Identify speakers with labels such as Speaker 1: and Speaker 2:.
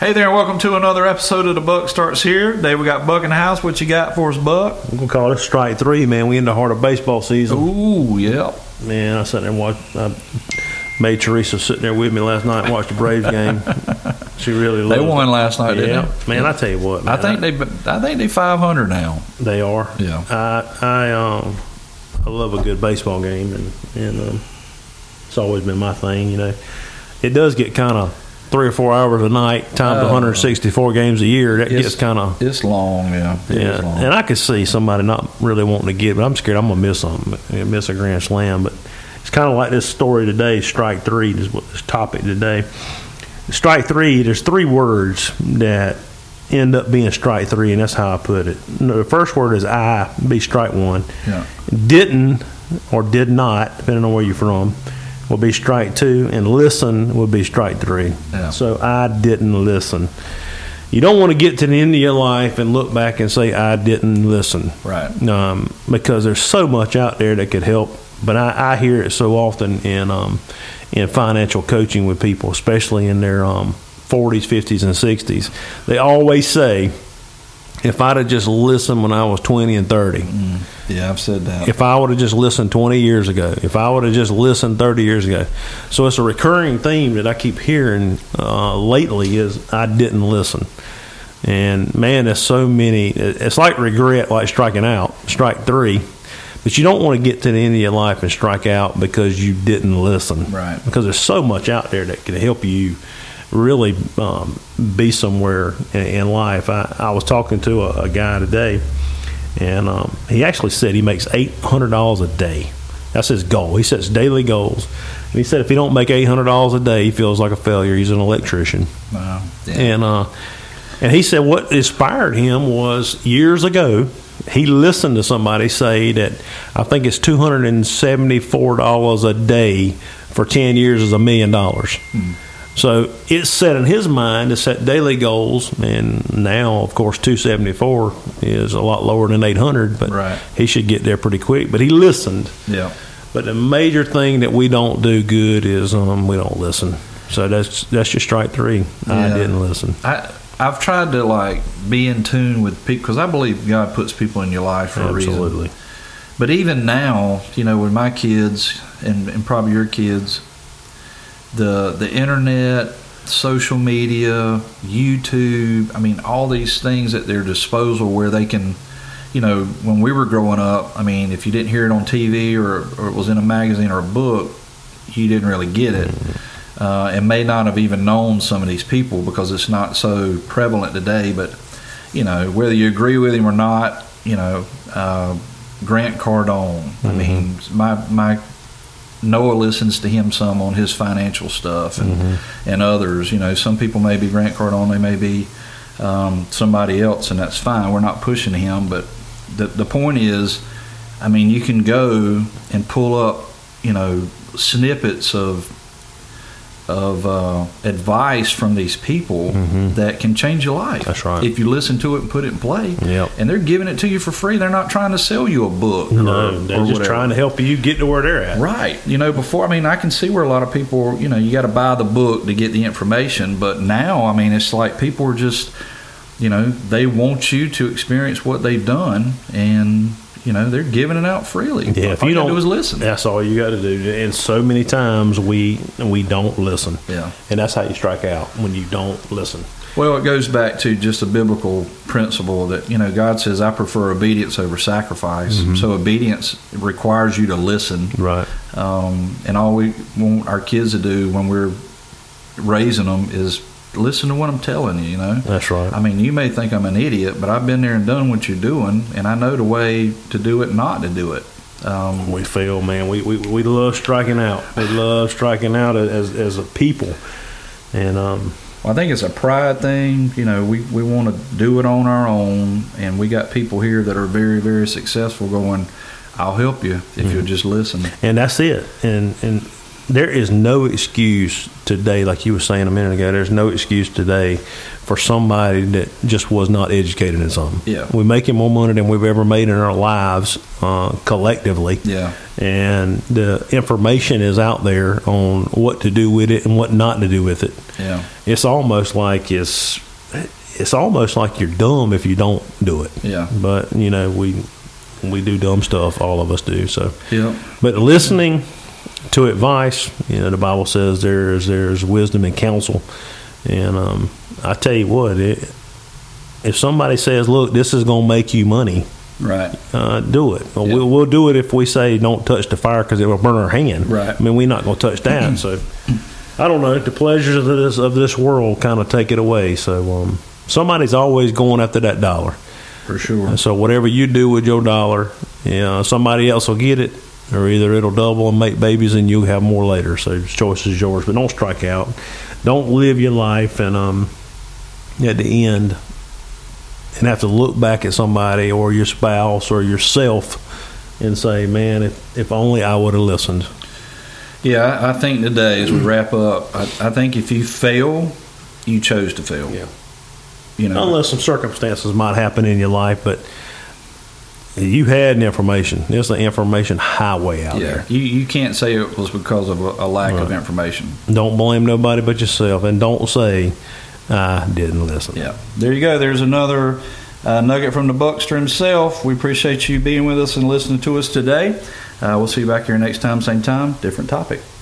Speaker 1: Hey there, and welcome to another episode of The Buck Starts Here. Today we got Buck in the house. What you got for us, Buck?
Speaker 2: We're gonna call it strike three, man. We in the heart of baseball season.
Speaker 1: Ooh, yeah.
Speaker 2: Man, I sat there and watched. I made Teresa sitting there with me last night and watch the Braves game. She really
Speaker 1: They
Speaker 2: loved
Speaker 1: won last
Speaker 2: It.
Speaker 1: night, didn't
Speaker 2: Yeah,
Speaker 1: they?
Speaker 2: man. I tell you what,
Speaker 1: I think
Speaker 2: man,
Speaker 1: they, I think they 500 now.
Speaker 2: they are.
Speaker 1: Yeah.
Speaker 2: I I um I love a good baseball game, and and um, it's always been my thing. You know, it does get kind of three or four hours a night times
Speaker 1: Oh.
Speaker 2: 164 games a year. That
Speaker 1: Yes.
Speaker 2: gets kind of
Speaker 1: It's long, yeah. It is
Speaker 2: Yeah,
Speaker 1: long.
Speaker 2: and I could see somebody not really wanting to get, but I'm scared I'm gonna miss something, uh, miss a grand slam. But it's kind of like this story today. Strike three is what this topic today. Strike three. There's three words that end up being strike three, and that's how I put it. No, the first word is I. Be strike one.
Speaker 1: Yeah.
Speaker 2: Didn't or did not, depending on where you're from, will be strike two, and listen will be strike three.
Speaker 1: Yeah.
Speaker 2: So I didn't listen. You don't want to get to the end of your life and look back and say, I didn't listen.
Speaker 1: Right.
Speaker 2: Um, because there's so much out there that could help. But I, I hear it so often in um, in financial coaching with people, especially in their um, 40s, 50s, and 60s. They always say, if I'd have just listened when I was 20 and 30,
Speaker 1: Yeah, I've said that.
Speaker 2: if I would have just listened 20 years ago, if I would have just listened 30 years ago. So it's a recurring theme that I keep hearing uh, lately is I didn't listen. And man, there's so many. It's like regret, like striking out, strike three. But you don't want to get to the end of your life and strike out because you didn't listen.
Speaker 1: Right.
Speaker 2: Because there's so much out there that can help you really um, be somewhere in, in life. I, I was talking to a, a guy today, and um, he actually said he makes eight hundred dollars a day. That's his goal. He sets daily goals, and he said if he don't make eight hundred dollars a day, he feels like a failure. He's an electrician.
Speaker 1: Wow. yeah.
Speaker 2: And uh, and he said what inspired him was years ago he listened to somebody say that I think it's two hundred and seventy four dollars a day for ten years is a million dollars.
Speaker 1: Hmm.
Speaker 2: So it's set in his mind to set daily goals, and now, of course, 274 is a lot lower than 800, but
Speaker 1: Right.
Speaker 2: he should get there pretty quick. But he listened.
Speaker 1: yeah.
Speaker 2: But the major thing that we don't do good is um, we don't listen. So that's that's just strike three. I
Speaker 1: Yeah.
Speaker 2: didn't listen.
Speaker 1: I I've tried to like be in tune with people because I believe God puts people in your life for a reason.
Speaker 2: Absolutely.
Speaker 1: But even now, you know, with my kids and, and probably your kids, the the internet, social media, YouTube, I mean, all these things at their disposal where they can, you know, when we were growing up, I mean, if you didn't hear it on TV or, or it was in a magazine or a book, you didn't really get it. Uh, and may not have even known some of these people because it's not so prevalent today. But, you know, whether you agree with him or not, you know, uh, Grant Cardone. I mean, my my Noah listens to him some on his financial stuff and and others. You know, some people may be Grant Cardone, they may be um, somebody else, and that's fine. We're not pushing him, but the the point is, I mean, you can go and pull up, you know, snippets of of uh, advice from these people that can change your life.
Speaker 2: Mm-hmm. That's right.
Speaker 1: If you listen to it and put it in play,
Speaker 2: Yep.
Speaker 1: and they're giving it to you for free. They're not trying to sell you a book.
Speaker 2: No,
Speaker 1: or,
Speaker 2: they're
Speaker 1: or
Speaker 2: just
Speaker 1: whatever.
Speaker 2: trying to help you get to where they're at.
Speaker 1: Right. You know, before, I mean, I can see where a lot of people, you know, you got to buy the book to get the information. But now, I mean, it's like people are just, you know, they want you to experience what they've done and, you know, they're giving it out freely.
Speaker 2: Yeah, if
Speaker 1: All
Speaker 2: you
Speaker 1: gotta
Speaker 2: don't
Speaker 1: do is listen.
Speaker 2: That's all you got to do. And so many times we we don't listen.
Speaker 1: Yeah.
Speaker 2: And that's how you strike out when you don't listen.
Speaker 1: Well, it goes back to just a biblical principle that, you know, God says, I prefer obedience over sacrifice.
Speaker 2: Mm-hmm.
Speaker 1: So obedience requires you to listen.
Speaker 2: Right.
Speaker 1: um, and all we want our kids to do when we're raising them is listen to what I'm telling you. You know,
Speaker 2: That's right.
Speaker 1: I mean, you may think I'm an idiot, but I've been there and done what you're doing, and I know the way to do it, not to do it. Um,
Speaker 2: We fail, man. We, we, we love striking out. We love striking out as, as a people. And um,
Speaker 1: I think it's a pride thing. You know, we, we want to do it on our own, and we got people here that are very, very successful going. I'll help you if you'll just listen.
Speaker 2: and that's it. And and there is no excuse today, like you were saying a minute ago. There's no excuse today for somebody that just was not educated in something.
Speaker 1: Yeah.
Speaker 2: we're making more money than we've ever made in our lives uh, collectively.
Speaker 1: Yeah.
Speaker 2: and the information is out there on what to do with it and what not to do with it.
Speaker 1: Yeah.
Speaker 2: It's almost like it's it's almost like you're dumb if you don't do it.
Speaker 1: Yeah.
Speaker 2: but you know we we do dumb stuff. All of us do. So
Speaker 1: Yep.
Speaker 2: but listening to advice, you know, the Bible says there's there's wisdom and counsel, and um, I tell you what, it, if somebody says, "Look, this is going to make you money,"
Speaker 1: Right.
Speaker 2: uh, do it. Well,
Speaker 1: Yeah.
Speaker 2: we'll we'll do it if we say, "Don't touch the fire," because it will burn our hand.
Speaker 1: Right.
Speaker 2: I mean, we're not going to touch that. so, I don't know. The pleasures of this of this world kind of take it away. So, um, somebody's always going after that dollar.
Speaker 1: For sure.
Speaker 2: And so whatever you do with your dollar, you know, somebody else will get it, or either it'll double and make babies, and you'll have more later. So the choice is yours, but don't strike out. Don't live your life and um, at the end, and have to look back at somebody or your spouse or yourself and say, "Man, if if only I would have listened."
Speaker 1: Yeah, I- I think today as we wrap up, I, I think if you fail, you chose to fail.
Speaker 2: Yeah.
Speaker 1: You know.
Speaker 2: Unless some circumstances might happen in your life, but you had the information. There's an information highway out there.
Speaker 1: yeah. You you can't say it was because of a, a lack of
Speaker 2: Right.
Speaker 1: information.
Speaker 2: Don't blame nobody but yourself, and don't say I didn't listen.
Speaker 1: Yeah. There you go. There's another uh, nugget from the Buckster himself. We appreciate you being with us and listening to us today. Uh, we'll see you back here next time, same time, different topic.